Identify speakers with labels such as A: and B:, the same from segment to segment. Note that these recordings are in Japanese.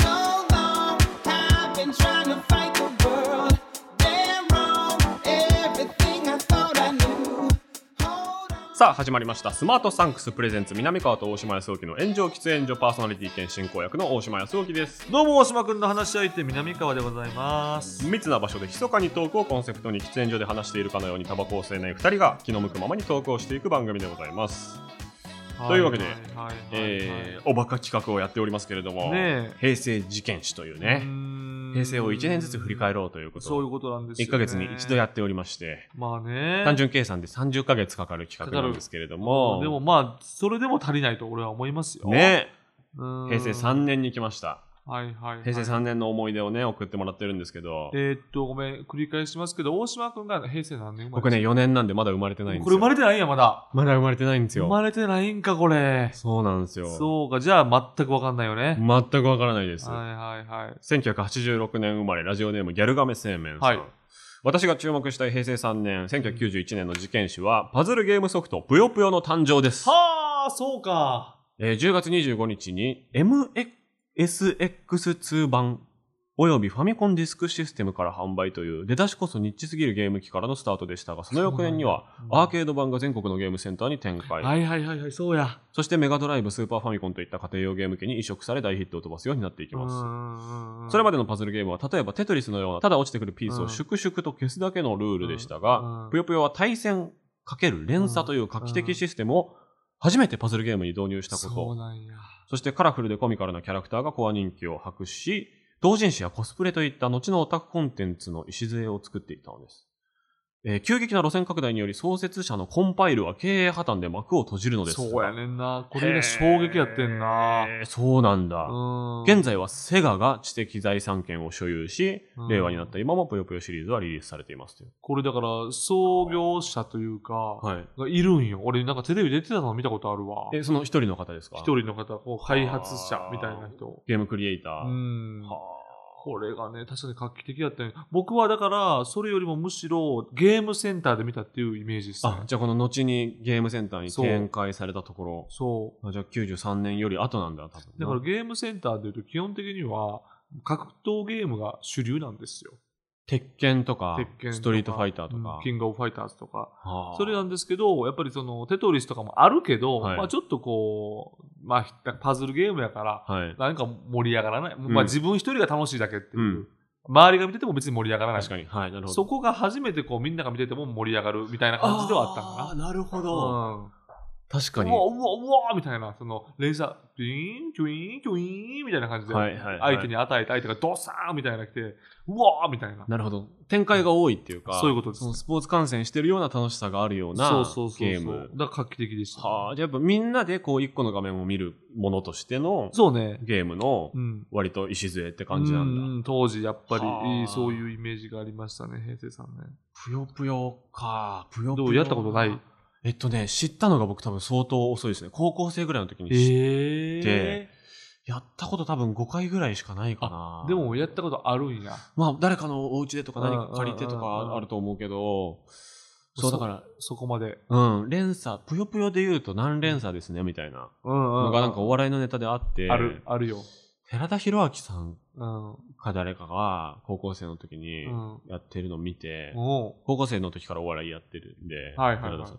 A: So long, I've been trying to fight the world. Damn wrong, everything I thought I knew. Hold on.
B: さあ始まりましたスマートサンクスプレゼンツ南川と大島康沖の炎上喫煙所パーソナリティ兼進行役の大島康沖です
C: どうも、大島くんの話し相手、南川でございます。
B: 密な場所で密かにトークをコンセプトに喫煙所で話しているかのようにタバコを吸えない2人が気の向くままにトークをしていく番組でございます、というわけで
C: はいはいはいはい
B: えー、おバカ企画をやっておりますけれども、
C: ね
B: 平成事件史という
C: う
B: ね
C: ーん
B: 平成を1年ずつ振り返ろうということ
C: そういう
B: を
C: ことなんですよ、ね。
B: 1ヶ月に一度やっておりまして
C: まあね。
B: 単純計算で30ヶ月かかる企画なんですけれども
C: でもまあ、それでも足りないと俺は思いますよ。
B: ね
C: うーん。
B: 平成3年に来ました
C: はいはい、はい。
B: 平成3年の思い出をね送ってもらってるんですけど
C: えーっと、ごめん、繰り返しますけど、大島くんが平成何年生まれ
B: 僕ね4年なんでまだ生まれてないんですよ
C: これ生まれてないんや、まだ。
B: まだ生まれてないんです
C: 生
B: よ
C: まれてないんか、これ。
B: そうなんですよ
C: そうか、じゃあ全くわかんないよね。
B: 全くわからないです、
C: はいはいはい。
B: 1986年生まれラジオネームギャルガメ製麺さん、
C: はい
B: 私が注目したい平成3年1991年の事件史はパズルゲームソフト「ぷよぷよ」の誕生です、
C: はあ、そうか。
B: えー10月25日に MSX2 版およびファミコンディスクシステムから販売という出だしこそニッチすぎるゲーム機からのスタートでしたがその翌年にはアーケード版が全国のゲームセンターに展開、
C: はいはいはいはい、そうや。
B: そしてメガドライブ、スーパーファミコンといった家庭用ゲーム機に移植され大ヒットを飛ばすようになっていきます。
C: ま
B: それ
C: ま
B: までのパズルゲームは例えばテトリスのようなただ落ちてくるピース
C: う
B: を
C: ん
B: 粛々と消すだけのルールでした
C: うん
B: が
C: うん
B: ぷよぷよは対戦×連鎖という画期的システムを初めてパズルゲームに導入したこ
C: そう
B: と
C: なんや。
B: そしてカラフルでコミカルなキャラクターがコア人気を博し同人誌やコスプレといった後のオタクコンテンツの礎を作っていったのです、えー急激な路線拡大により創設者のコンパイルは経営破綻で幕を閉じるのです
C: そうやねんな。これ
B: へー
C: が衝撃やってんな。
B: えーそうなんだ、
C: うん。
B: 現在はセガが知的財産権を所有し、
C: うん
B: 令和になった今もぷよぷよシリーズはリリースされていますという
C: これだから、創業者というか、
B: はい
C: がいるんよ。俺なんかテレビ出てたの見たことあるわ。
B: えその一人の方ですか
C: 一人の方、こう開発者みたいな人。
B: ゲームクリエイター、
C: うん。
B: はあ
C: これがね、確かに画期的だったね。僕はだから、それよりもむしろゲームセンターで見たっていうイメージですね
B: あ。じゃあこの後にゲームセンターに
C: そう
B: 展開されたところ
C: そう。
B: あじゃあ93年より後なんだ多分
C: だからゲームセンターでいうと基本的には格闘ゲームが主流なんですよ。
B: 鉄拳とか
C: 鉄拳とか
B: ストリートファイターとか
C: うん、キングオブファイターズとか。
B: はあ
C: それなんですけど、やっぱりそのテトリスとかもあるけど、
B: はい
C: まあちょっとこう、まあパズルゲームやから、
B: はい
C: なんか盛り上がらない。まあ自分一人が楽しいだけっていう。
B: うん
C: 周りが見てても別に盛り上がらない。
B: 確かにはいなるほど
C: そこが初めてこうみんなが見てても盛り上がるみたいな感じではあったん
B: あ
C: か
B: ーなるほ
C: な。う
B: ど、
C: ん
B: 確かに
C: うわうわうわみたいな、その、連射、ピーン、キュイーン、キュイーンみたいな感じで、
B: はいはいはい
C: 相手に与えて、相手がドサーンみたいなのが来て、うわーみたいな。
B: なるほど。展開が多いっていうか、
C: そういうことです
B: そのスポーツ観戦してるような楽しさがあるような
C: そうそうそうそう。
B: ゲーム。
C: だから画期的でしたね、
B: はあ、じゃあやっぱみんなでこう一個の画面を見るものとしての
C: そうね。
B: ゲームの
C: うん。
B: 割と礎って感じなんだ。
C: だ。当時、やっぱり
B: はあ、
C: そういうイメージがありましたね、平成3年。
B: ぷよぷよか。ぷよぷ
C: ど
B: よ。
C: うやったことない
B: えっとね、知ったのが僕多分相当遅いですね。高校生ぐらいの時に知っ
C: え
B: でやったこと多分5回ぐらいしかないかな。
C: でも、やったことあるんや。
B: まあ誰かのお家でとか何か借りてと
C: うんうんうんう
B: か
C: ん
B: あると思うけど、そうだから、
C: そこまで。
B: うん、連鎖、ぷよぷよで言うと何連鎖ですね、みたいな。
C: うん
B: のがなんかお笑いのネタであって、
C: ある、あるよ。
B: 寺田博明さん
C: うん。う
B: か誰かが高校生の時に
C: ん。
B: やってるのを見て、
C: おう
B: 高校生の時からお笑いやってるんで、
C: はいはいはい
B: 寺田さん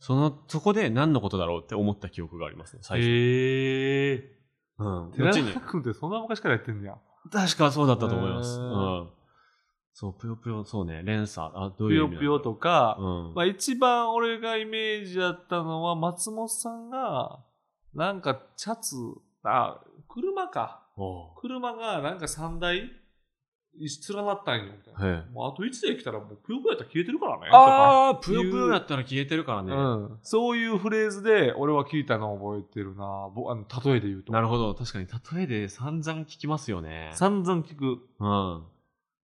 B: その、そこで何のことだろうって思った記憶がありますね、最初。
C: へえ。
B: うん。
C: 寺
B: 後に
C: 田、君ってそんな昔からやってんねや。
B: 確かそうだったと思います。
C: へ
B: う
C: ー
B: ん。そう、ぷよぷよ、そうね、連鎖。あ、どういう
C: ぷ
B: 意
C: よ
B: 味
C: ぷよ
B: か。
C: とか、
B: うん。
C: まあ一番俺がイメージだったのは松本さんが、なんかシャツ、あ、車か。
B: おう
C: 車がなんか3台連なったんよ、みたいな。
B: へえ
C: もうあと1台来たらもうぷよぷよやったら消えてるからね。
B: ああ、
C: と
B: ぷ
C: か
B: よぷよやったら消えてるから
C: と
B: ね。
C: かうん、そういうフレーズで俺は聞いたのを覚えてるなぼあの例えで言うと
B: なるほど。確かに、例えで散々聞きますよね。
C: 散々聞く
B: うん。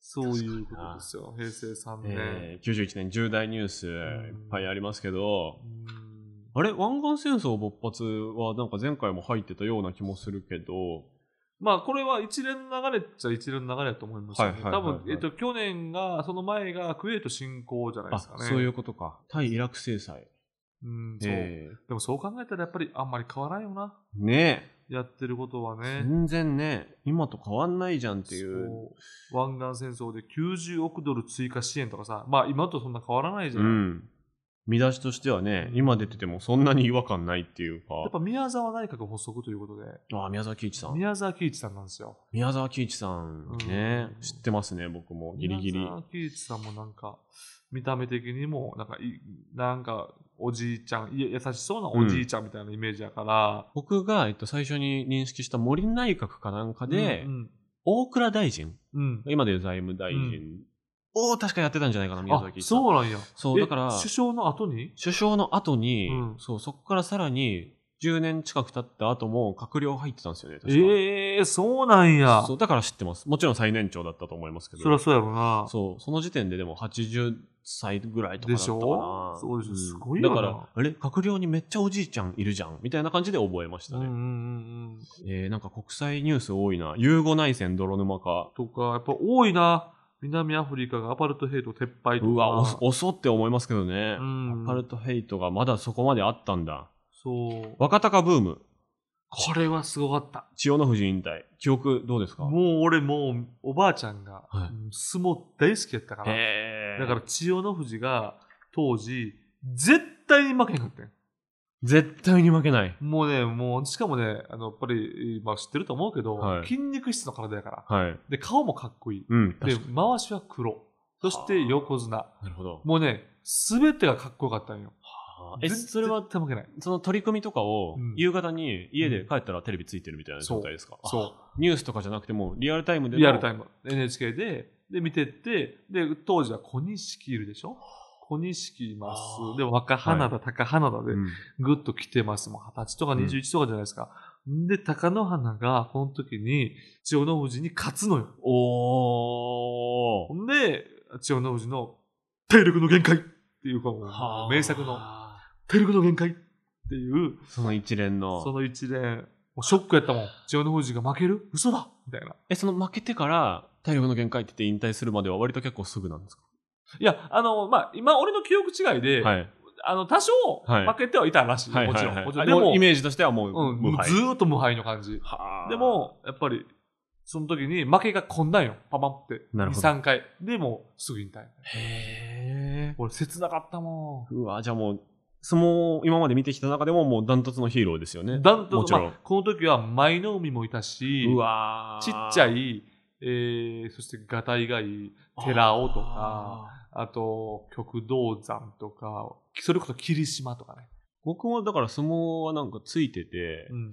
C: そういうことですよ平成3年、
B: えー91年重大ニュースいっぱいありますけど、
C: うん
B: あれ湾岸戦争勃発はなんか前回も入ってたような気もするけど、
C: まあこれは一連の流れっちゃ一連の流れだと思いますよね。
B: はいはいはいはい
C: 多分、えっと、去年が、その前がクウェート侵攻じゃない
B: あ
C: ですかね。
B: そういうことか。対イラク制裁。
C: うん、そう
B: え
C: でもそう考えたらやっぱりあんまり変わらんよな。
B: えね
C: やってることは
B: え、
C: ね。
B: 全然ね、今と変わんないじゃんっていう。
C: そう湾岸戦争で90億ドル追加支援とかさ、まあ今とそんな変わらないじゃ。
B: うんん。見出しとしてはね、今出ててもそんなに違和感ないっていう
C: やっ
B: か。
C: ぱ宮沢内閣発足ということで、
B: あ、宮沢喜一さん。
C: 宮沢喜一さんなんですよ。
B: 宮沢喜一さんね、
C: うん
B: 知ってますね、僕も。ギリギリ
C: 宮。沢喜一さんもなんか、見た目的にも、なんかい、なんか、おじいちゃん、い優しそうなおじいちゃんみたいなイメージやから、
B: 僕が、えっと、最初に認識した森内閣かなんかで、
C: うん、
B: 大倉大臣、
C: うん。
B: 今でいう財務大臣を確かやってたんじゃないかな、宮
C: あ
B: 沢喜、一さん。
C: そうなんや。
B: そう
C: え
B: だから
C: 首相の後に
B: 首相の後に、
C: うん
B: そう、そこからさらに10年近く経った後も閣僚入ってたんですよね、確か。
C: ええそうなんや。
B: そう
C: そ
B: だから知ってます。もちろん最年長だったと思いますけど。
C: りゃそうやろな。
B: そう、その時点ででも80歳ぐらいとかだ
C: で
B: った
C: し
B: かな。
C: ょそうです
B: ん
C: すごいよな
B: だから、あれ閣僚にめっちゃおじいちゃんいるじゃん、みたいな感じで覚えました
C: うんう
B: ね。
C: んうんうん。
B: えー、なんか国際ニュース多いな。ユーゴ内戦泥沼化。
C: とか、やっぱ多いな。南アフリカがアパルトヘイト撤廃とか。
B: うわ、おそおそって思いますけどね。
C: うん
B: アパルトヘイトがまだそこまであったんだ。
C: そう。
B: 若鷹ブーム。
C: これはすごかった。
B: 千代の富士引退。記憶どうですか
C: もう俺もうおばあちゃんが、
B: はい
C: うん相撲大好きやったから。
B: へー
C: だから千代の富士が当時、絶対に負けへんかったん。
B: 絶対に負けない。
C: もうね、もう、しかもね、あの、やっぱり、まあ知ってると思うけど、
B: はい
C: 筋肉質の体やから。
B: はい。
C: で、顔もかっこいい。
B: うん、
C: で、
B: 確かに。
C: 回しは黒。そして横綱。
B: なるほど。
C: もうね、すべてがかっこよかったんよ。
B: え、
C: 絶
B: それは、
C: 絶対負けない。
B: その取り組みとかを
C: うん、
B: 夕方に家で帰ったらテレビついてるみたいな状態ですか、
C: そう
B: あ。。ニュースとかじゃなくても、リアルタイムでの。
C: リアルタイム、NHK で、で、見てって、で、当時は小錦いるでしょ小錦います
B: あ。ー
C: で、若花田、高花田で
B: う、ん
C: ぐっと来てます。もう二十歳とか
B: うん
C: 21とかじゃないですか。で、高野花が、この時に、千代の富士に勝つのよ。
B: お
C: ほ
B: ー。
C: んで、千代の富士の、体力の限界っていうか、もう名作の、
B: はあ
C: 体力の限界っていう、
B: その一連の。
C: その一連、もうショックやったもん。千代の富士が負ける嘘だみたいな。
B: え、その負けてから、体力の限界って言って引退するまでは割と結構すぐなんですか
C: いや、あの、まあ、今、俺の記憶違いで、
B: はい。
C: あの、多少
B: はい
C: 負けてはいたらしい。
B: はい
C: もちろ
B: はいはい
C: ん。もち
B: あ
C: ろん。
B: で
C: でも
B: も、イ、メージとしてはもう、
C: うん、
B: 無敗
C: ずーっと無敗の感じ。
B: はあ
C: で、も、やっぱり、その時に負けがこんなんよ。パパンって。
B: なるほど
C: 2、3回。でも、すぐ引退。
B: へー。
C: 俺、切なかったも
B: うわ、じゃあもう、相撲を今まで見てきた中でももうダントツのヒーローですよね。
C: ん。ダン
B: も
C: ト
B: ち
C: ツ、
B: ろ
C: ま
B: ん
C: あ、この時は舞の海もいたし、
B: うわ
C: ちっちゃ
B: い
C: い、えー、そして、ガタイがいい、寺尾とか、。あと、極道山とか、それこそ霧島とかね。
B: 僕もだから相撲はなんかついてて、
C: うん。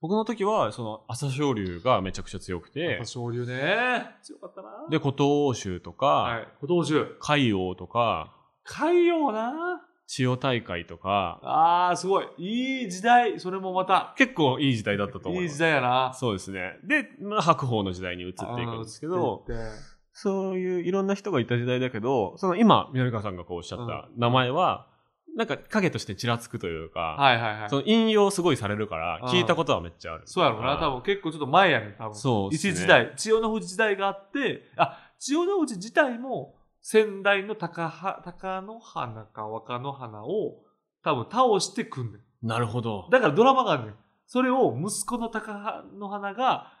B: 僕の時はその朝青龍がめちゃくちゃ強くて
C: 朝、青龍ね。強かったな。
B: で、琴欧州とか、
C: はい。小道中。
B: 海王とか、
C: 海洋な
B: 千代大会とか、
C: あーすごいいい時代それもまた
B: 結構いい時代だったと思い
C: い
B: ま
C: い
B: す。
C: 時代やな
B: そうですね。で、まあ、白鵬の時代に移っていくんですけど、
C: あー移ってって
B: そういういろんな人がいた時代だけど、その今、南川さんがこうおっしゃった名前は、なんか影としてちらつくというか、
C: はいはいはい
B: その
C: そ
B: 引用すごいされるから、
C: うん
B: 聞いたことはめっちゃある。
C: うやろうな多分結構ちょっと前やね多分
B: そうっすね
C: 一時代千代の富士時代があってあ千代の富士自体も先代の高は高野花か若野花を多分倒してくんねん
B: なるほど。
C: だからドラマがあんねんそれを息子の高野花が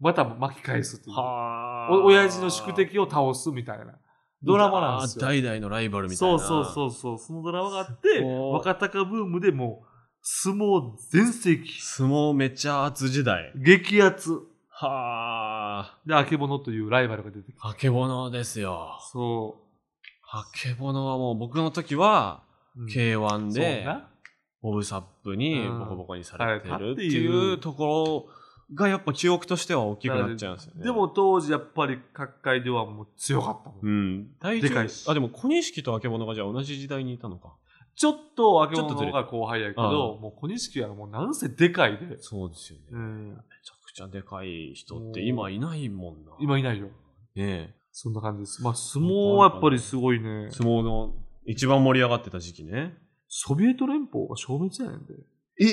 C: また巻き返すっていう
B: は
C: お親父の宿敵を倒すみたいなドラマなんですよ
B: あー代々のライバルみたいな。
C: そうそう
B: う。
C: そうそうそのドラマがあって
B: そう
C: 若鷹ブームでもう相撲全盛期
B: 相撲めちゃ熱時代。
C: 激アツ
B: はあ。
C: であけぼのというライバルが出てきて
B: あけぼのですよ。
C: そ
B: あけぼのはもう僕の時は、
C: う、うん
B: K1
C: そう
B: で、
C: な
B: ボブサップに
C: うん
B: ボコボコにされてるって
C: されたって
B: い
C: いう
B: うところがやっぱ記憶としては大きくなっちゃうんですよね。
C: で、も当時やっぱり各界ではもう強かったもん、
B: うん。体
C: でかい
B: 重、
C: し
B: あ、でも小錦とあけぼのがじゃあ同じ時代にいたのか。
C: ちょっとあけぼの
B: ちょっとず
C: の
B: れ
C: 方が後輩やけどもう小錦はもうなんせでかいで、
B: そうですよね。
C: うん、
B: めちゃくちゃでかい人って今いないもんな。
C: 今いないよ
B: ね
C: そんな感じですまあ相撲はやっぱりすごいね
B: え相撲の一番盛り上がってた時期ね。
C: ソビエト連邦が消滅やねんで。
B: え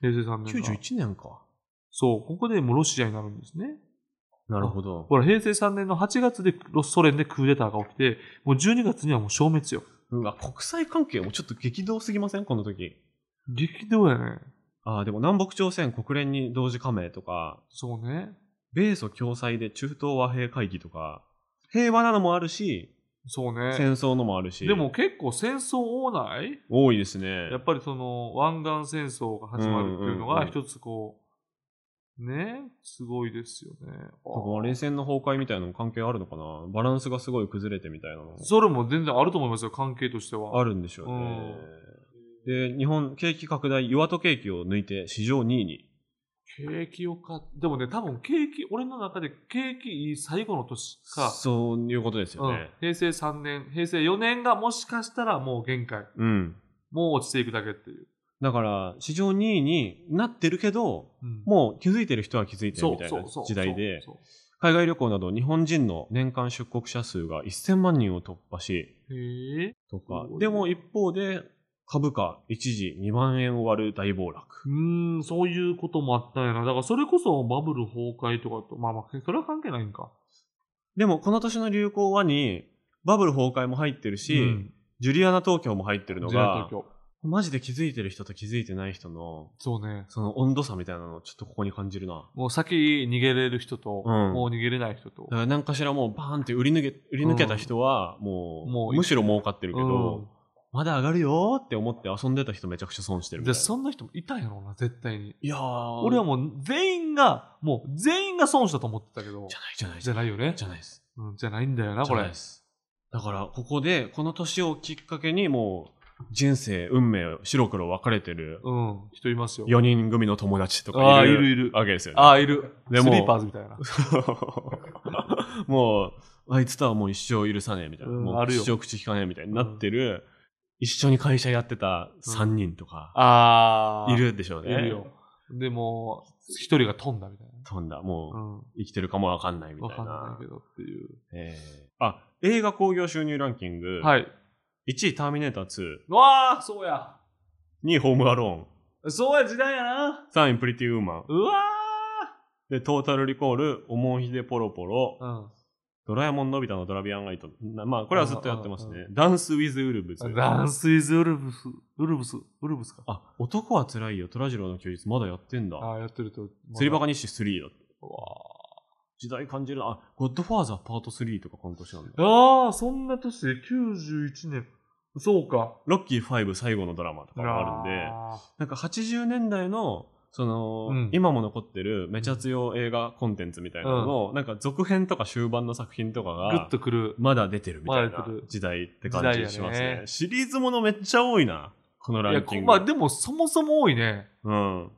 C: 平成3年が。
B: 91年か。
C: そう、ここでもうロシアになるんですね。
B: なるほど。
C: ほら、平成3年の8月でロソ連でクーデターが起きて、もう12月にはもう消滅よ。
B: うわ、国際関係もちょっと激動すぎませんこの時。
C: 激動やね。
B: ああ、でも南北朝鮮国連に同時加盟とか、
C: そうね。
B: 米ソ共催で中東和平会議とか、平和なのもあるし、
C: そうね。
B: 戦争のもあるし。
C: でも、結構戦争多ない
B: 多いですね。
C: やっぱりその湾岸戦争が始まるってい
B: う
C: うの
B: んうんう
C: が
B: ん
C: 一つこう、ね、すごいですよね。
B: とか冷戦の崩壊みたいなのも関係あるのかなバランスがすごい崩れてみたいなの
C: それも全然あると思いますよ、関係としては。
B: あるんでしょうね。で、日本景気拡大、岩戸景気を抜いて史上2位に。
C: 景気よかでもね、多分景気、俺の中で景気いい最後の年か、
B: そういうことですよ
C: うん
B: ね。、
C: 平成3年、平成4年がもしかしたらもう限界。
B: うん。
C: もう落ちていくだけっていう。
B: だから、史上2位になってるけど、
C: うん
B: もう気づいてる人は気づいてる
C: そう
B: みたい
C: そ
B: な
C: うそう
B: 時代で、
C: そう
B: 海外旅行など日本人の年間出国者数が1000万人を突破し、
C: そうへえ。
B: とか
C: すごい、ね
B: でも一方で株価一時2万円を割る大暴
C: う
B: 落。
C: ーん、そういうこともあったんやな。だからそれこそバブル崩壊とかと、まあまあ、それは関係ないんか。
B: でもこの年の流行はに、バブル崩壊も入ってるし、
C: うん
B: ジュリアナ東京も入ってるの
C: ジェラ
B: が
C: 東、京
B: マジで気づいてる人と気づいてない人の、
C: そうね。
B: その温度差みたいなのをちょっとここに感じるな。
C: もう先逃げれる人と、
B: うん
C: もう逃げれない人と
B: だか。ら何かしらもうバーンって売り抜け、売り抜けた人はもう、
C: もう
B: むしろ儲かってるけど、
C: う
B: まだ上がるよーって思って遊んでた人めちゃくちゃ損してる
C: ん、
B: みた
C: で
B: いな。
C: そんな人もいたんやろうな、絶対に。
B: いやー
C: 俺はもう全員が、もう全員が損したと思ってたけど
B: じゃ、ないじゃない
C: じゃないよね。
B: じゃないです。
C: うん、じゃないんだよな、
B: じ
C: こ
B: ゃない
C: れ
B: で。す。だからここで、この年をきっかけにもう人生、運命、白黒分かれてる
C: うん、人いますよ。
B: 4人組の友達とか
C: あー
B: い
C: い
B: る
C: るいる
B: わけですよね。
C: ああ、いる。
B: で
C: ス
B: も
C: リーパーズみたいな。
B: もう、あいつとはもう一生許さねえみたいな。
C: うん
B: も
C: あ
B: う
C: るよ
B: 一生口聞かねえみたいになってる、一緒に会社やってた3人とか、
C: ああ。
B: い。るでしょうね。
C: いるよ。でも、一人が飛んだみたい
B: 飛んだ。
C: な。う。
B: もうん生きてるかもわかんないみ
C: わ
B: たい
C: かんな。
B: ない
C: けどっていう。
B: えーあ、映画興行収入ランキング、
C: はい。
B: 1位ターミネーター2、
C: うわあ、そうや。
B: 2位ホームアロ
C: そうや、時代やな。
B: ーン、3位プリティウーマン、
C: うわ
B: で、トータルリコール、おもんひでポロポロ、
C: あ。
B: ドラえもんのび太のドラビアンガイト。なまあ、これはずっとやってます
C: うんうん
B: ね。ダンスウィズウルブズ
C: うん。。ダンスイズウルブス。ウルブス。ウルブスか。
B: あ、男は辛いよ、虎次郎の休日、まだやってんだ。
C: ああ、やってると。
B: 釣りバ
C: カ
B: カ日誌3だって。
C: わ
B: 時代感じるな。あ、ゴッドファーザーパート3とかこの年なんだ。
C: ああー、そんな年で91年。そうか。
B: ロッキー5最後のドラマとかもあるんで、なんか80年代の、その、
C: うん
B: 今も残ってるめちゃ強映画コンテンツみたいなのの、なんか続編とか終盤の作品とか
C: グッ
B: が、
C: とくる。
B: まだ出てるみたい
C: まだ
B: な
C: 出てる
B: 時代って感じします
C: 時代
B: ね
C: やね
B: シリーズものめっちゃ多いな、この
C: い
B: ラ
C: や、
B: ンキ
C: こ
B: ング。
C: まあでもそもそも多いね。
B: うん。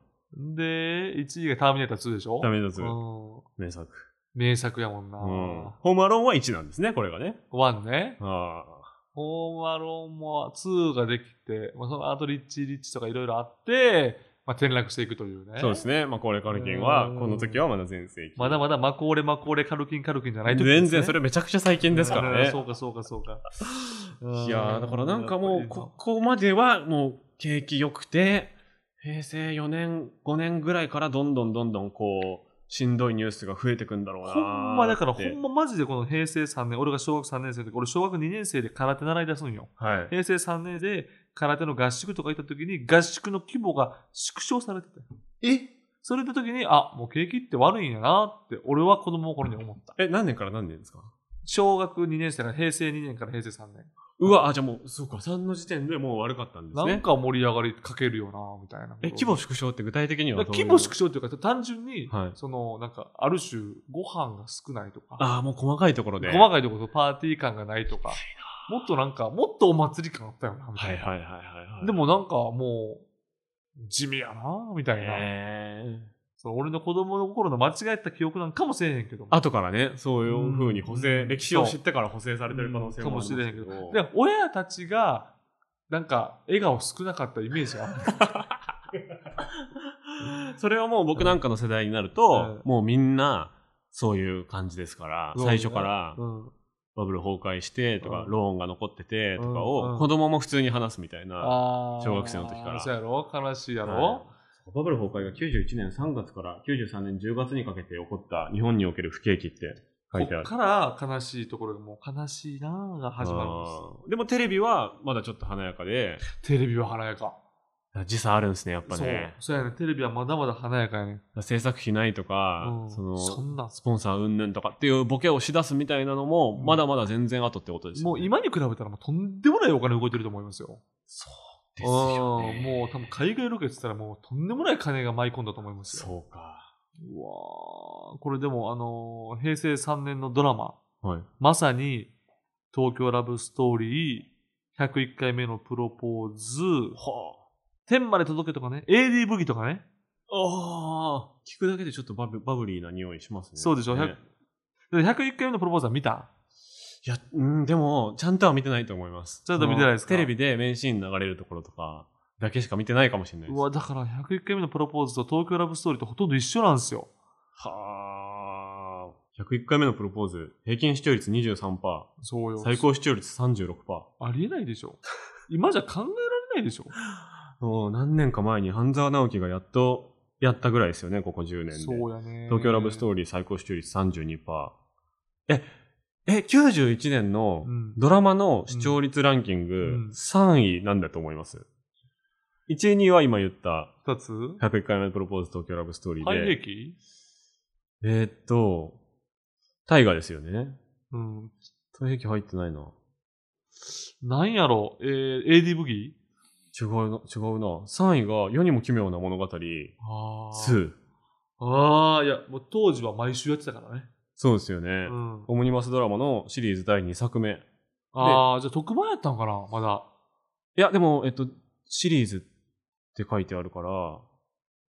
C: で、1位がターミネーター2でしょ
B: ダメだ
C: う
B: ぞ、
C: ん
B: 名作。
C: 名作やもんな。
B: うん。ホームアローンは1なんですね、これがね。
C: 1ね。
B: ああ。
C: ホームアローンも2ができて、まあ、その後リッチリッチとかいろいろあって、まあ、転落していくというね。
B: そうですね。まあ、高齢カルキンは
C: う、ん
B: この時はまだ全盛期。
C: まだまだマコーレマコーレカルキンカルキンじゃない時
B: 全然それめちゃくちゃ最近ですから
C: うん
B: ね。
C: そうかそうかそうか。
B: いやーだからなんかもう、ここまではもう景気良くて、平成4年、5年ぐらいからどんどんどんどんこう、しんどいニュースが増えてくんだろうなーって。
C: ほんまだからほんまマジでこの平成3年、俺が小学3年生の時、俺小学2年生で空手習い出すんよ。
B: はい。
C: 平成3年で空手の合宿とか行った時に合宿の規模が縮小されてた。
B: え
C: それで時に、あ、もう景気って悪いんやなって、俺は子供の頃に思った。
B: え、何年から何年ですか
C: 小学2年生から平成2年から平成3年。
B: うわ、あ、じゃあもう、そうか、3の時点でもう悪かったんです
C: なん
B: ね。
C: か盛り上がりかけるよなみたいな。
B: え、規模縮小って具体的にはどういう
C: 規模縮小というか、単純に、
B: はい
C: その、なんか、ある種、ご飯が少ないとか、
B: ああ、もう細かいところで。
C: 細かいところ、パーティー感がないとか、もっとなんか、もっとお祭り感あったよな、みた
B: はいい
C: な。
B: はいはいはいはい。
C: で、もなんか、もう、地味やな、みたいな。
B: えー、
C: そう俺の子供の頃の間違えた記憶なんかもせえへんけども。
B: 後からね、そういう風に補正、
C: うん
B: 歴史を知ってから補正されてる可能性もあります
C: うんかもしれへんけで親たちが、なんか、笑顔少なかったイメージがあ る。
B: それはもう僕なんかの世代になると、
C: うん
B: もうみんな、そういう感じですから、
C: そう
B: 最
C: ね
B: 初から、
C: うん
B: バブル崩壊してとか、
C: うん
B: ローンが残っててとか
C: うんう
B: を
C: ん
B: 子供も普通に話すみたいな、
C: あー
B: 小学生の時から
C: そうやろ悲しいや
B: は
C: ろ、
B: いバブル崩壊が91年3月から93年10月にかけて起こった日本における不景気って書いてある
C: こっから悲しいところがもう悲しいなーが始まるんで
B: あーでもテレビはまだちょっと華やかです
C: テレビは華やか、
B: 時差あるんですねやっぱ
C: そう
B: ね
C: そうやねテレビはまだまだ華やかやね、
B: 制作費ないとか、
C: うん、
B: その
C: そんなん
B: スポンサー云々とかっていうボケをしだすみたいなのも、
C: うん
B: まだまだ全然後ってことですよ
C: も
B: ね
C: う今に比べたらもうとんでもないお金動いてると思いますよ
B: そうですよね
C: うんもう多分海外ロケって言ったらもうとんでもない金が舞い込んだと思いますよ
B: そうか
C: うわーこれでもあのー平成3年のドラマ
B: はい
C: まさに「東京ラブストーリー」101回目のプロポーズ
B: は
C: 天まで届けとかね AD ブギとかね
B: ああ聞くだけでちょっとバブバブリーな匂いしますね
C: そうでしょ
B: ね
C: で101回目のプロポーズは見た
B: いやうんでもちゃんとは見てないと思います
C: ちゃんと見てないですか
B: そのテレビで名シーン流れるところとかだけしか見てないかもしれないで
C: う
B: す
C: わだから101回目のプロポーズと東京ラブストーリーとほとんど一緒なんですよ
B: はあ101回目のプロポーズ平均視聴率23%
C: そうよ
B: 最高視聴率36%
C: ありえないでしょ今じゃ考えられないでしょ
B: もう何年か前に半沢直樹がやっとやったぐらいですよねここ10年で
C: そうやね
B: 東京ラブス
C: ー
B: トーリー最高視聴率32%ええ91年の
C: うん
B: ドラマの視聴率ランキン
C: うん
B: グ3位なんだと思います、1位2位は今言った
C: リー2つ
B: 101回目のプロポーズ東京ラブストーリ
C: ハイ
B: ー
C: 兵
B: で
C: 器
B: えーっと大河ですよね
C: うん
B: 大河入ってないな
C: なんやろう、えー、AD ブギ
B: 違うな違うな3位が世にも奇妙な物語2
C: あーあーいやもう当時は毎週やってたからね、
B: そうですよね、
C: うん、
B: オムニバスドラマのシリーズ第2作目
C: ああじゃあ特番やったんかなまだ
B: いや、でも、えっと、シリーズって書いてあるから、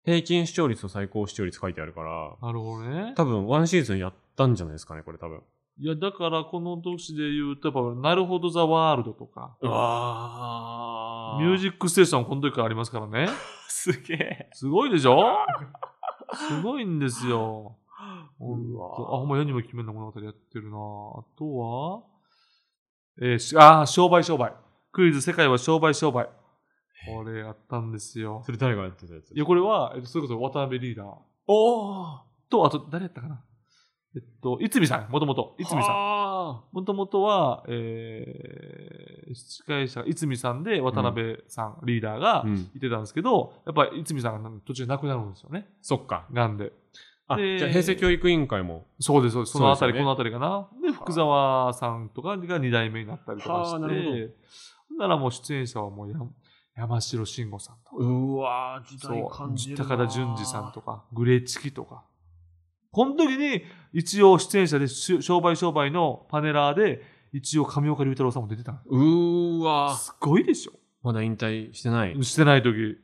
B: 平均視聴率と最高視聴率書いてあるから、
C: なるほどね
B: 多分ワンシーズンやったんじゃないですかね、これ多分。
C: いやだからこの年で言うとやっぱ「なるほどザワールドとか
B: あ
C: 「ミュージックステーション」この時からありますから ね
B: すげえ。
C: すごいでしょすごいんですよ。ほん
B: うわ
C: とあ、ほんま世にも奇妙な物語やってるなあとは、えーしあー商売商売。クイズ世界は商売商売。これやったんですよ
B: そ。れ誰がやってたやつ
C: いや、これは、えっと、それこそ渡辺リーダー
B: おー
C: と、あと、誰やったかな。えっと、いつみさん、もともと。いつみさん。
B: あ
C: もともとは、えー司会者、いつみさんで渡辺さん、リーダーが
B: ーうん。
C: いてたんですけど、やっぱりいつみさんが途中で亡くなるんですよね。
B: そっか。
C: がんで。
B: あ、
C: で
B: じゃあ平成教育委員会も。
C: そうです、そうです。そのあたり、
B: そうですよね
C: このあたりかな。で、福沢さんとかが2代目になったりとか
B: はあ
C: し
B: なる
C: て、ほんならもう出演者はもうや山城慎吾さんとか、
B: うわー、時
C: そう高田純次さんとか、グレチキとか。この時に、一応出演者で、し商売商売のパネラーで、一応上岡龍太郎さんも出てたの
B: うーわー。
C: すごいでしょ。
B: まだ引退してない。
C: してない時、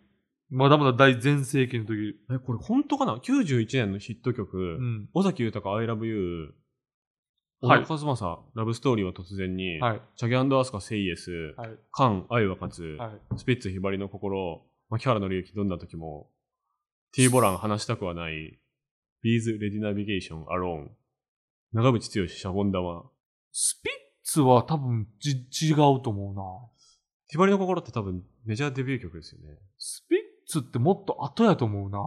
C: まだまだ大全盛期の時。
B: え、これ本当かな ?91 年のヒット曲。
C: うん。
B: 尾崎豊 I love you 小
C: はい
B: 田和正ラブストーリーは突然に、
C: はい。
B: チャギアンドアスカ Say Yes
C: はい。
B: カン愛は勝つ、
C: はい。
B: スピッツひばりの心牧原紀之どんな時も T ボラン話したくはないビーズレディナビゲーションアローン長渕剛シャボン玉
C: スピッツは多分じ違うと思うな。
B: ひばりの心って多分メジャーデビュー曲ですよね
C: スピッツってもっと後やと思うな。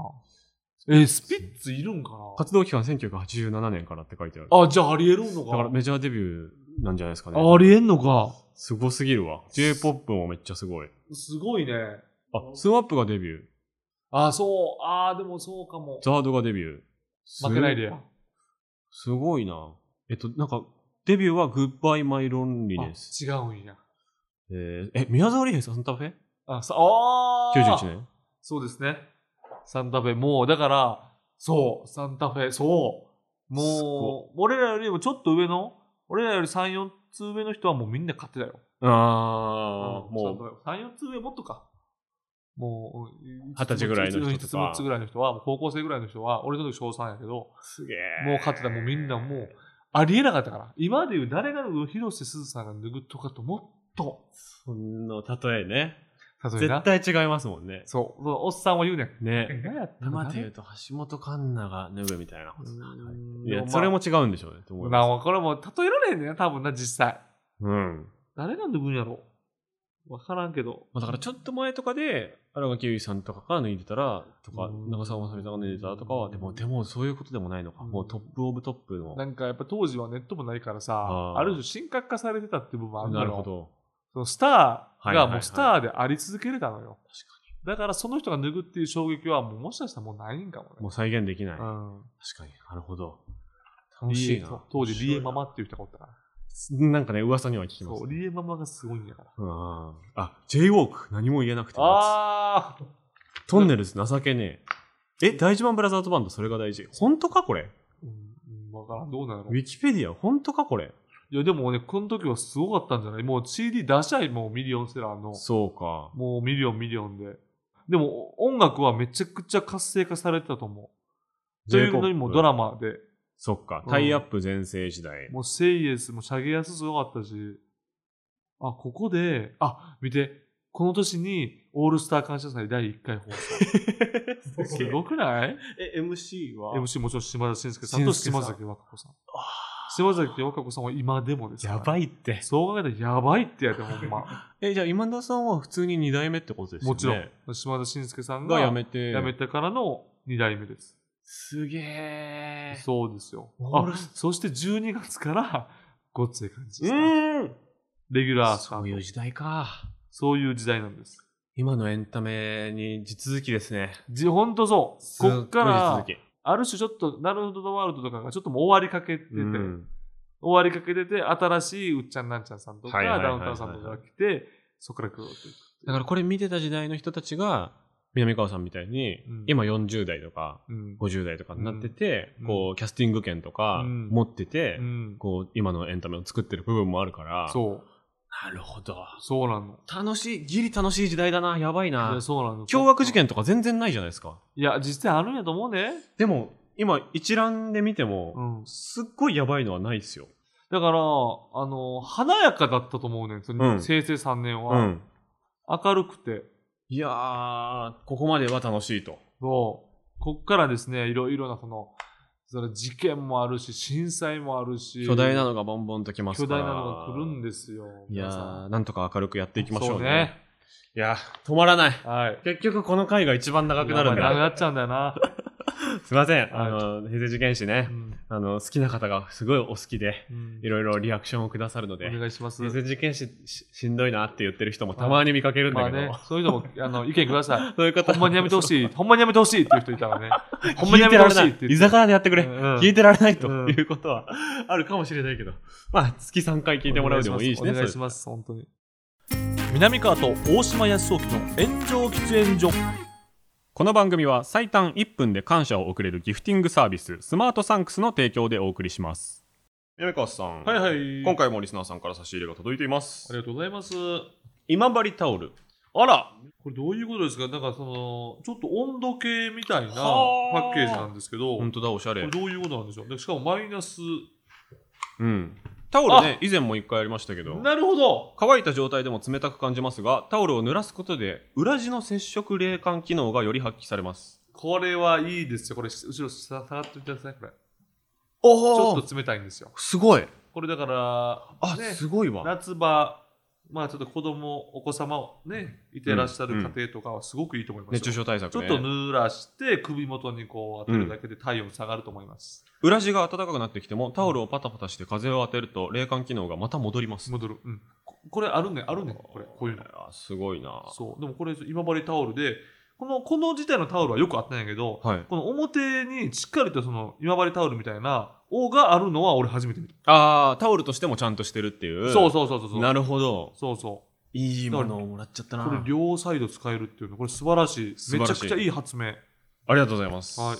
C: えースピッツいるんか
B: 活動期間1987年からって書いてある
C: なあ、じゃあありえるの
B: だから
C: か
B: メジャーデビューなんじゃないですかね
C: あありえんのか。
B: すごすぎるわ J-POP もめっちゃすごい
C: すごいね。
B: あスワップがデビュー
C: あ、そう。ああ、でもそうかも。
B: ザードがデビュー。す
C: 負けないでや。
B: すごいな。えっと、なんか、デビューはグッバイマイロンリネス。
C: あ違うんや。
B: えーえ、宮沢りえサンタフェ
C: あ、さあー
B: ?91 年。
C: そうですね。サンタフェ、もう、だから、そう、サンタフェ、そう。
B: す
C: もう、俺らよりもちょっと上の、俺らより3、4つ上の人はもうみんな勝ってたよ。
B: ああ、
C: サン
B: も
C: タフェ3、4つ上もっとか。もう、うん
B: 二十歳ぐらいの人とか
C: 一つもつぐらいの人は、もう高校生ぐらいの人は、俺の時小3やけど、
B: う、すげえ
C: もう勝ってた、もうみんなもう、ありえなかったから。今まで言う、誰が脱ぐ広瀬すずさんが脱ぐとかともっと、
B: そんな、例えね。
C: 数えな
B: 絶。対違いますもんね。
C: そう。そのおっさんは言うねん。
B: ね。
C: 何やった
B: 生で言
C: う
B: うと橋本環奈が脱ぐみたいなことだ。はい
C: ん
B: いや、
C: まあ
B: それも違うんでしょうね。と思い
C: ま
B: ます
C: あ、これも例えられへんねんな、多分な、実際。
B: うん。
C: 誰が脱ぐんやろわからんけど。
B: まあ、だからちょっと前とかで、荒垣結衣さんとかから脱いでたら、とか
C: う、ん
B: 長澤まさみさんが脱いでたらとかは、でも、でもそういうことでもないのか。
C: うん
B: もうトップオブトップの。
C: なんかやっぱ当時はネットもないからさ、
B: あ
C: あ
B: ー
C: る種神格化されてたって部分もあるのよ
B: なるほど。
C: そのスター
B: はいは
C: が
B: い
C: も
B: は
C: う
B: い
C: スターであり続けれたのよ。だからその人が脱ぐっていう衝撃はもうもしかしたらもうないんかもね。
B: もう再現できない。確
C: うん、
B: かに。なるほど。
C: 楽しい
B: な
C: な。当時、リエママ
B: 面
C: っていう人がおったから。
B: 白いな。なんかね、噂には聞きま
C: そ
B: す
C: う、
B: ね。
C: リエママがすごいんやから。
B: うんあ、J-Walk。何も言えなくて。
C: ああ
B: トンネルズ情けねえ。え、大事マンブラザーズバンド、それが大事。本当かこれ。
C: うん、わからん、どうなの
B: ウィキペディア、本当かこれ。
C: いや、でもね、この時はすごかったんじゃないもう CD 出しゃい、もうミリオンセラーの。
B: そうか。
C: もうミリオン、ミリオンで。でも、音楽はめちゃくちゃ活性化されてたと思う。というのにも
B: J-POP
C: ドラマで、
B: そっか
C: う。ん
B: タイアップ全盛時 代。
C: もうセイエスもシャゲヤスすごかったし、あ、ここで、あ、見て、この年にオールスター感謝祭第1回放 送。すごくない
B: え、MC は
C: ?MC もちろん島田紳介さんと
B: 紳
C: 島
B: 助さん
C: 崎和歌子さん。島崎和歌子さんは今でもです、
B: やば
C: い。
B: いって。
C: そう考えたらやばいってやってほんま。
B: え、じゃあ今田さんは普通に2代目ってことですよね
C: もちろん、島田紳介さんが
B: が
C: 辞
B: や
C: め
B: めて。
C: てからの2代目です。
B: すげえ。
C: そうですよ。
B: オー
C: あ
B: ル、
C: そして12月から、ごっつい感じで
B: う
C: す、
B: ーん
C: レギュラーさ
B: そ
C: ん
B: ういう時代か。
C: そういう時代なんです。
B: 今のエンタメに地続きですね。
C: じほんとそう。こっか
B: す
C: ら
B: っごい、地続き
C: ある種ちょっと、ナルドワールドとかがちょっともう終わりかけてて、
B: うん
C: 終わりかけてて、新しいうっちゃんなんちゃんさんとか、
B: はいはいはい
C: ダ
B: は
C: ウ
B: い
C: ンタウンさんとかが来て、そこから来るっていう。
B: だからこれ見てた時代の人たちが、南川さんみたいに、
C: うん
B: 今40代とか
C: うん。
B: 50代とかになってて、
C: うん
B: こう、キャスティング権とか
C: うん
B: 持ってて、
C: うん
B: こう、今のエンタメを作ってる部分もあるから、
C: そう。
B: なるほど。
C: そうなの。
B: 楽しい、ギリ楽しい時代だな、やばい
C: い
B: な
C: や。そうなの。
B: 凶悪事件とか全然ないじゃないですか。
C: いや、実際あるんやと思うね。
B: でも、今、一覧で見て
C: う
B: も、
C: ん。
B: すっごいやばいのはないですよ。
C: だから、あの、華やかだったと思うねん。そ
B: う
C: の
B: ん
C: 平成3年
B: う
C: は。
B: ん。
C: 明るくて。
B: いやー、ここまでは楽しいと。
C: そう。こっからですね、いろいろなその、その事件もあるし、震災もあるし、
B: 巨大なのがボンボンときます
C: 巨
B: から。
C: 大なのが来るんですよ。
B: いや
C: 皆さ
B: ー、
C: ん
B: なんとか明るくやっていきましょ
C: そうう
B: ね。
C: ね。
B: いやー、止まらない。
C: はい。
B: 結局この回が一番長くなるん
C: やばい
B: だ。
C: なくなっちゃうんだ よな。
B: すいません。あの、平成事件史ね
C: う。ん
B: あの、好きな方がすごいお好きで、
C: うん
B: いろいろリアクションをくださるので
C: お。願いします。
B: 平成事件史ししんどいなって言ってる人もたまに見かけるんだ
C: まあ
B: けど。
C: ね、そういうのも、あの、意見ください。
B: そういう方
C: ほんまにやめてほしい。ほんまにやめてほしいっていう人い たらね。ほん
B: 聞
C: まにや
B: いて
C: めて
B: ら
C: ほ
B: れ
C: し
B: ない
C: っ
B: い
C: て。
B: 居酒屋でやってくれ、
C: うん
B: 聞いてられないと
C: うん
B: いうことはあるかもしれないけど、まあ、月3回聞いてもらうでもいいしね。
C: お願いします、本当に。南川と大島康沖の炎上喫煙所。
B: この番組は最短1分で感謝を送れるギフティングサービス、スマートサンクスの提供でお送りします。やめかわさん、
C: はいはい。
B: 今回もリスナーさんから差し入れが届いていま
C: あ
B: す
C: り。がとうございます。
B: 今治タオル。
C: あらこれどういうことですかなんかその、ちょっと温度計みたいなパ
B: はあ
C: ッケージなんですけど、こ
B: 本当だ、おしゃれ
C: れ。どういうことなんでしょうでしかもマイナス。
B: うん。タオルね、以前も1回やりましたけど。
C: なるほど
B: 乾いた状態でも冷たく感じますがタオルを濡らすことで裏地の接触冷感機能がより発揮されます
C: これはいいですよ。これ、後ろさ下がってみてください。これ。ち
B: お
C: ょっと冷たいんですよ。
B: すごい
C: これだから、
B: あ、
C: ね
B: すごいわ
C: 夏場、まあちょっと子供、お子様をね、いてらっしゃる家庭とかはすごくいいと思いますよ。
B: 熱中症対策
C: ちょ
B: ね
C: っと濡らして、首元にこう当てるだけで体温下がると思います。
B: 裏地が暖かくなってきてもタオルをパタパタして風を当てると冷感機能がまた戻ります
C: 戻る。うん。ここれあるね、あるね、これ、こういうの。
B: あすごいな
C: そう。でもこれ、今治タオルで、この、この自体のタオルはよくあったんやけど、
B: はい
C: この表にしっかりとその今治タオルみたいな、王があるのは俺初めて見た。
B: あータオルとしてもちゃんとしてるっていう
C: そうそうそうそうそう。
B: なるほど
C: そうそ
B: いいものをもらっちゃった
C: う。これ
B: な
C: 両サイド使えるっていうの、これ素晴らし
B: 素晴
C: い。
B: ら
C: め
B: し
C: ち
B: い
C: ゃくちゃいい発明。
B: ありがとうございます、
C: はい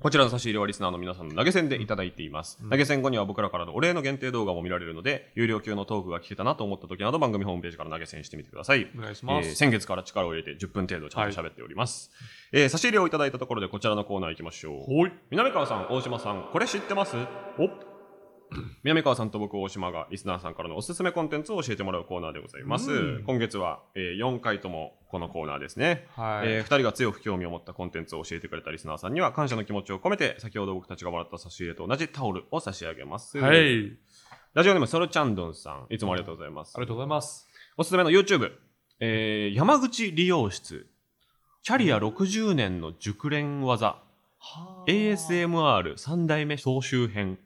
B: こちらの差し入れはリスナーの皆さんの投げ銭でいただいています、
C: うん
B: 投げ銭後には僕らからのお礼の限定動画も見られるので有料級のトークが聞けたなと思った時など番組ホームページから投げ銭してみてください
C: お願いし
B: え
C: ま
B: ー
C: す。
B: 先月から力を入れて10分程度ちゃんと喋っております、えー差し入れをいただいたところでこちらのコーナー行きましょう
C: ほい。
B: 南川さん大島さんこれ知ってますお南川さんと僕、大島がリスナーさんからのおすすめコンテンツを教えてもらうコーナーでございます。
C: うん
B: 今月は、え4回ともこのコーナーですね。
C: はい。
B: え2人が強く興味を持ったコンテンツを教えてくれたリスナーさんには感謝の気持ちを込めて先ほど僕たちがもらった差し入れと同じタオルを差し上げます。
C: はい。あり
B: ラジオネームソルチャンドンさんいつもありがとうございます。
C: がとうございます。
B: おすすめの YouTube、えー山口理容室キャリア60年の熟練技 ASMR 三代目総集編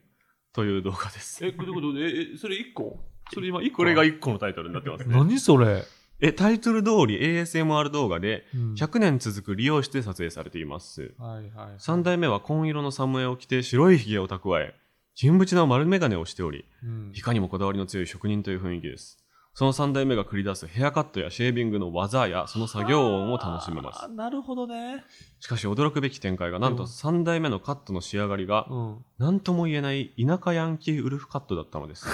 B: という動画です。
C: え、これ、これ、ええ、それ1個それ今1個
B: これが1個のタイトルになってますね。
C: 何それ
B: えタイトル通り ASMR 動画で
C: うん
B: 100年続く理容室で撮影されています。
C: はいはい。
B: 三代目は紺色の侍を着て白いひげを蓄え金縁の丸眼鏡をしており
C: うん
B: いかにもこだわりの強い職人という雰囲気ですその三代目が繰り出すヘアカットやシェービングの技やその作業音を楽しめます
C: あーなるほどね。
B: しかし驚くべき展開がなん
C: う
B: と
C: ん
B: 三代目のカットの仕上がりが
C: うん。
B: 何とも言えない田舎ヤンキーウルフカットだったのです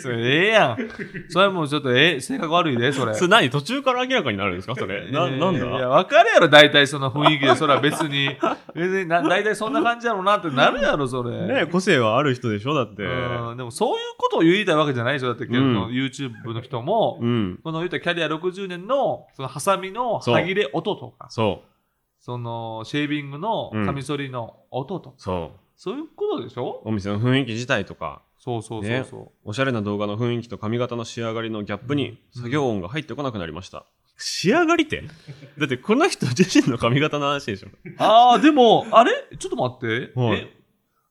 C: それええやん。それはもうちょっと、え、性格悪いで、そ れ。
B: それ何途中から明らかになるんですかそれ な
C: えー
B: なん
C: いや、
B: だ
C: わかるやろ、大体その雰囲 気で、それは別に。別にな、大体そんな感じやろうなってなるやろ、それ。
B: ねえ個性はある人でしょだって
C: うん、でもそういうことを言いたいわけじゃないでしょ、だって、
B: うん
C: の YouTube の人も、
B: うん
C: この言うたらキャリア60年の、そのハサミの
B: そう
C: 歯切れ音とか、そ
B: そ
C: のシェービングの
B: うん
C: カミソリの音とか、
B: うそう
C: そういうことでしょ
B: お店の雰囲気自体とか
C: そうそうそうそう。
B: おしゃれな動画の雰囲気と髪型の仕上がりのギャップに
C: うん
B: 作業音が入ってこなくなりました。仕上がりってだってこの人自身の髪型の話でしょ。
C: ああ、でも、あれちょっと待って。
B: はい
C: え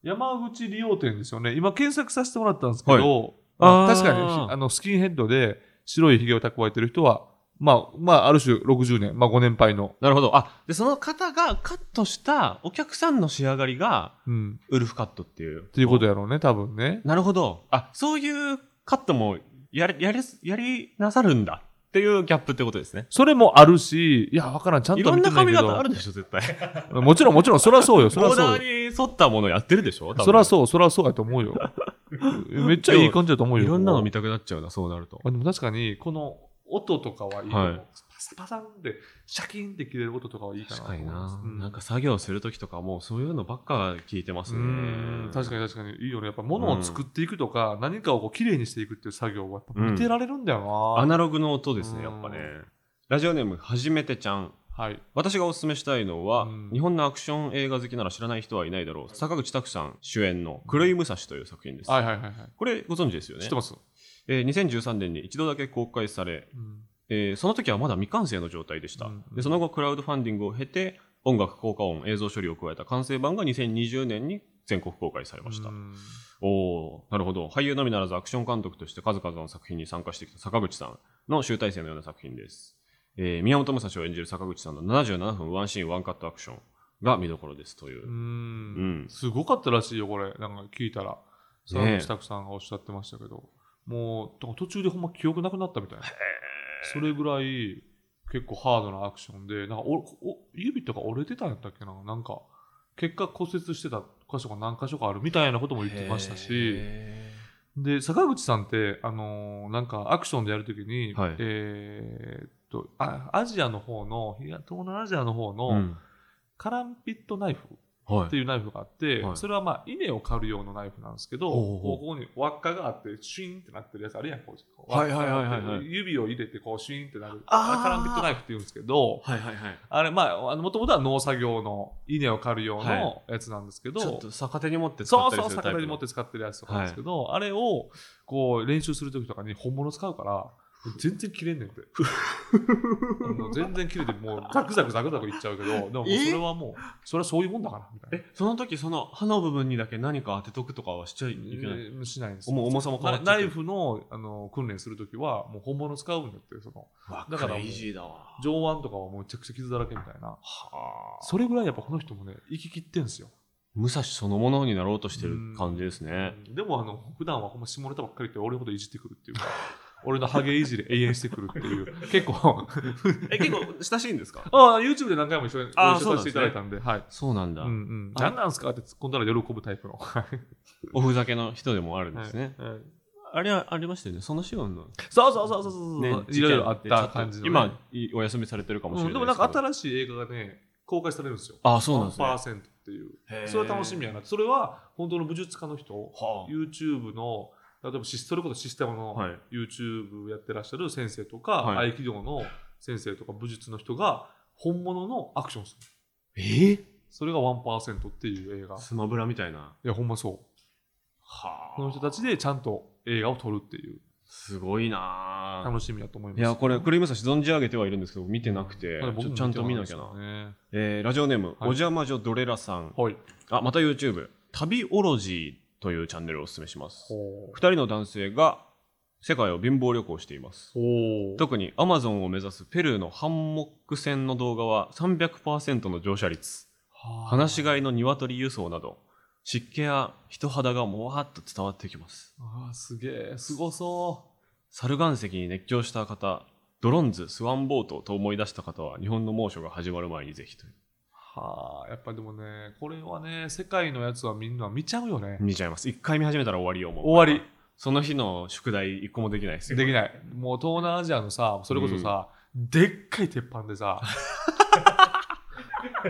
C: 山口利用店ですよね。今検索させてもらったんですけど、
B: あー
C: 確かにあのスキンヘッドで白いひげを蓄えてる人は、まあ、まあ、ある種60年、まあ、ご年配の。
B: なるほど。あ、で、その方がカットしたお客さんの仕上がりが
C: うん。
B: ウルフカットっていう。
C: っていうことやろうね、多分ね。
B: なるほど。あ、そういうカットもやれ、やれ、やりなさるんだっていうギャップってことですね。
C: それもあるし、いや、わからん、ちゃん
B: い
C: と
B: ろん
C: 見て
B: な
C: ない
B: 髪
C: けど。
B: 型あるでしょ、絶対。
C: もちろん、もちろん、そらそうよ、そら
B: オー
C: そ
B: ダ
C: うよ。
B: ーに沿ったものやってるでしょ多分
C: そらそう、そらそうやと 思うよ。めっちゃいい感じだと思うよ。
B: いろんなの見
C: て。
B: たくなっちゃうな、そうなると。
C: あでも確かに、この音とかはいいかも。
B: はい
C: パサパサンって、シャキンって切れる音とかはいいかな
B: 確かにな、
C: うん
B: なんか作業するときとかもうそういうのばっか聞いてます
C: う
B: ね
C: ん確かに確かにいいよねやっぱ物を作っていくとか、何かをこう綺麗にしていくっていう作業はやっぱ見てられるんだよな、
B: アナログの音です
C: う
B: ね
C: ん
B: やっぱねラジオネームはじめてちゃん
C: はい
B: 私がおすすめしたいのは、
C: うん
B: 日本のアクション映画好きなら知らない人はいないだろう坂口拓さん主演の「黒い武蔵」という作品です、
C: はいはいはいはい
B: これご存知ですよね
C: 知ってます、
B: えー2013年に一度だけ公開され、
C: うん
B: えーその時はまだ未完成の状態でした、
C: うん
B: でその後クラウドファンディングを経て音楽効果音映像処理を加えた完成版が2020年に全国公開されました、
C: うん
B: おおなるほど俳優のみならずアクション監督として数々の作品に参加してきた坂口さんの集大成のような作品です、えー宮本武蔵を演じる坂口さんの77分ワンシーンワンカットアクションが見どころですという、
C: う
B: うんん、
C: すごかったらしいよこれなんか聞いたら沢
B: ねえ
C: 口拓さんがおっしゃってましたけど、もうだから途中でほんま記憶なくなったみたいなそれぐらい結構ハードなアクションでなんかおお指とか折れてたんやったっけななんか結果骨折してた箇所が何箇所かあるみたいなことも言ってましたし
B: へ
C: で坂口さんって、あのーなんかアクションでやるときに、
B: はい
C: えーっとあアジアの方のいや東南アジアの方の、
B: ーうん
C: カランピットナイフ
B: は
C: っていうナイフがあって、
B: はい
C: それはまあ稲を刈る用のナイフなんですけど、
B: ほうほうほう
C: ここに輪っかがあってシュインってなってるやつあるやんこう
B: はいはいはいはいはい
C: 指を入れてこうシュインってなる
B: あー
C: カランピットナイフって言うんですけど
B: はいはいはい
C: あれまあもともとは農作業の稲を刈る用のやつなんですけど、
B: ちょっと逆手に持って使
C: そ
B: っ
C: う
B: たり
C: そう、
B: するタイ
C: 魚
B: プ
C: に持
B: の
C: って使ってるやつとかなんですけど、あれをこう練習するときとかに本物使うから、全然切れんねんって。 あの全然切れて、もうザクザクザクザクいっちゃうけど、でももうそ
B: え
C: れはもう、それはそういうもんだから、みたい
B: えその時その歯の部分にだけ何か当てとくとかはしちゃいけない、
C: な。えーしないんですよ
B: 重重さも変わ
C: な
B: っちゃ
C: ナ
B: う
C: イフのあの訓練するときは、もう本物使うんだって、その
B: わ
C: だから
B: クレイジーだわ
C: 上腕とかはもうめちゃくちゃ傷だらけみたいな。
B: はあ
C: それぐらいやっぱこの人もね、生き切ってんですよ。
B: 武蔵そのものになろうとしてる感じですね
C: うんでもあの普段はほんま下ネタばっかり言って俺のこといじってくるっていうか俺のハゲいじり永遠してくるっていう 結構
B: え結構親しいんですか
C: ああ YouTube で何回も一緒に
B: あー
C: ご一緒させていただいたんではい
B: そうなんだ、
C: うんうん、
B: あ
C: 何なんすかって突っ込んだら喜ぶタイプの。はい
B: おふざけの人でもあるんですね。
C: はい
B: あれはありましたよね。そのシオンの、
C: そうそうそうそうそう、
B: ね、
C: いろいろあった感じのね、
B: 今、いお休みされてるかもしれ
C: う
B: ないすけ
C: んで
B: ど
C: もなんか新しい映画がね、公開されるんですよ。
B: あ、そうなん
C: 1%
B: ですね。
C: ってっていうそれは楽しみやなそれは本当の武術家の人
B: は
C: YouTube の例えばシスそれこそシステムの
B: はい
C: YouTube やってらっしゃる先生とか、
B: はい
C: 合気道の先生とか武術の人が本物のアクションす
B: え
C: る
B: ー
C: それが1%っていう映画い
B: スマブラみたいな。
C: やほんまそう
B: はあ
C: この人たちでちゃんと映画を撮るっていう
B: すごいなあ
C: 楽しみだと思います
B: いや、これ、クリームサシ存じ上げてはいるんですけど、見てなくて
C: まだ、僕
B: ちょ
C: も
B: ちゃんと見なきゃ
C: 見て
B: な。
C: いです
B: えーラジオネーム、
C: はい
B: おじゃまじょドレラさん。
C: よねはい
B: あ、また YouTube、旅オロジーというチャンネルをお勧めします。
C: ほ
B: 二人の男性が世界を貧乏旅行しています。
C: う
B: 特にアマゾンを目指すペルーのハンモック船の動画は300%の乗車率、放し
C: い
B: 飼いの鶏輸送など、湿気や人肌がもわっと伝わってきます。
C: あーすげえすごそ
B: 猿岩石に熱狂した方、ドロンズ、スワンボートと思い出した方は、日本の猛暑が始まる前にぜひという
C: うはあやっぱでもねこれはね世界のやつはみんな見ちゃうよね
B: 見ちゃいます。一回見始めたら終わりよ、もう。
C: 終わり。
B: その日の宿題一個もできないですよ。
C: できないもう東南アジアのさそれこそさ、でっかい鉄板でさ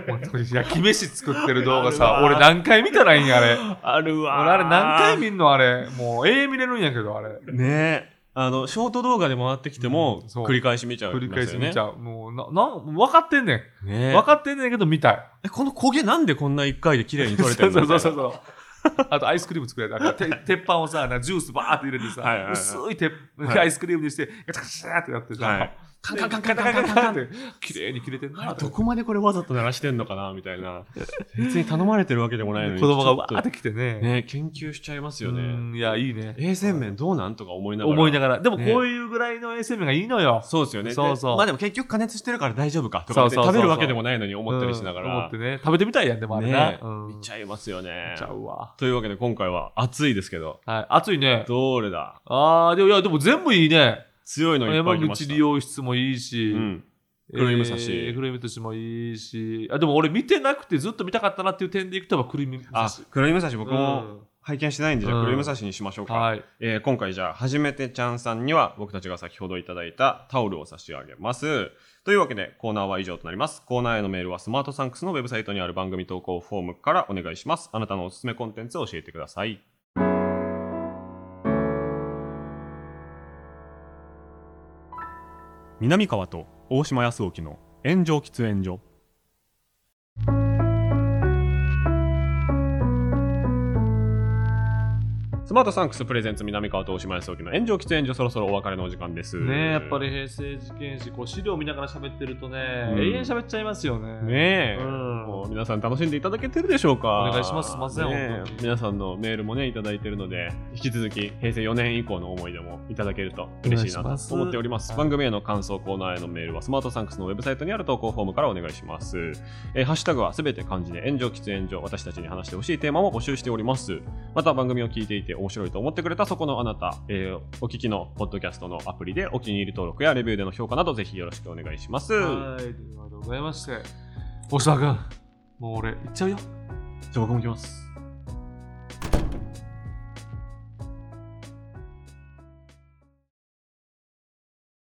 C: 本当に焼き飯作ってる動画
B: あ
C: さ
B: るわ
C: 俺何回見たらいいんやあれ
B: あるわー。
C: 俺あれ何回見んのあれもう永遠見れるんやけどあれ
B: ねえ。あの、ショート動画で回ってきても
C: う、んそう
B: 繰り返し見ちゃう、
C: 繰り返し見ち
B: ゃ
C: ゃう、もうななん分かってんねん
B: う。ねえ
C: 分かってんねんけど見たい
B: えこの焦げなんでこんな一回で綺麗に撮れて
C: そ
B: るの
C: うそうそうそ
B: みたいう
C: あとアイスクリーム作れたなんかて鉄板をさなんかジュースバーって入れてさ
B: はいはいはい
C: 薄い鉄
B: はい
C: アイスクリームにしてガチャガチャってやってさ、
B: はい
C: カンカンカンカンカンカンカンって綺麗に切れてんな
B: なあ
C: と
B: ど
C: 思って
B: こまでこれわざと鳴らしてんのかなみたいな。別に頼まれてるわけでもないの
C: 子
B: に。
C: 供がわ
B: ちょ
C: ーっ
B: っと
C: て来てね
B: ね、研究しちゃいますよ
C: う
B: ね。
C: んいやいいね
B: 衛生面どうなんとか思いながら。
C: 思いながらでもこ
B: ね
C: ういうぐらいの衛生面がいいのよ、
B: そうですよね。
C: そうそう
B: でまあでも結局加熱してるから大丈夫かとかね、
C: そうそうそうそう
B: 食べるわけでもないのに思ったりしなが
C: うん思
B: ら。
C: ってね食べてみたいやんでもあれな、
B: ね
C: うん
B: 見ちゃいますよね
C: 見ち。ゃうわ、
B: というわけで今回は暑いですけど、
C: はい、暑いね
B: どれだ
C: ああでもいやでも全部いいね
B: 強いのいっぱ
C: 山
B: い来まし
C: 口
B: た。
C: 理容室もいいし、
B: うん。黒い武蔵
C: えー黒い武蔵もいいしあでも俺見てなくてずっと見たかったなっていう点でいくとば黒い武蔵
B: あ、黒い武蔵僕
C: う
B: も
C: ん
B: 拝見してないんで、じゃ
C: う
B: あ
C: ん
B: 黒い武蔵にしましょうか。
C: はい
B: えー今回じゃあ、はじめてちゃんさんには僕たちが先ほどいただいたタオルを差し上げます。というわけでコーナーは以上となります。コーナーへのメールはスマートサンクスのウェブサイトにある番組投稿フォームからお願いします。あなたのおすすめコンテンツを教えてください。南川と大島康沖の炎上喫煙所。スマートサンクスプレゼンツ南川と大島康沖の炎上喫煙所そろそろお別れのお時間です。
C: ねえやっぱり平成事件史こう資料見ながら喋ってるとね、永遠喋っちゃいますよね
B: ねえ、
C: うん
B: もう皆さん楽しんでいただけてるでしょうか
C: お願いしますすいません
B: ねえ
C: 本当に
B: 皆さんのメールもねいただいてるので引き続き平成4年以降の思い出もいただけると嬉しい
C: お願
B: ない
C: しま
B: と
C: す
B: 思っております
C: はい
B: 番組への感想コーナーへのメールはスマートサンクスのウェブサイトにある投稿フォームからお願いします、えーハッシュタグはすべて漢字で炎上喫煙所私たちに話してほしいテーマも募集しておりますまた番組を聞いていて面白いと思ってくれたそこのあなた、えーお聞きのポッドキャストのアプリでお気に入り登録やレビューでの評価などぜひよろしくお願いします
C: はいということでございまして大沢君もう俺行っちゃうよ
B: じゃあ僕も行きます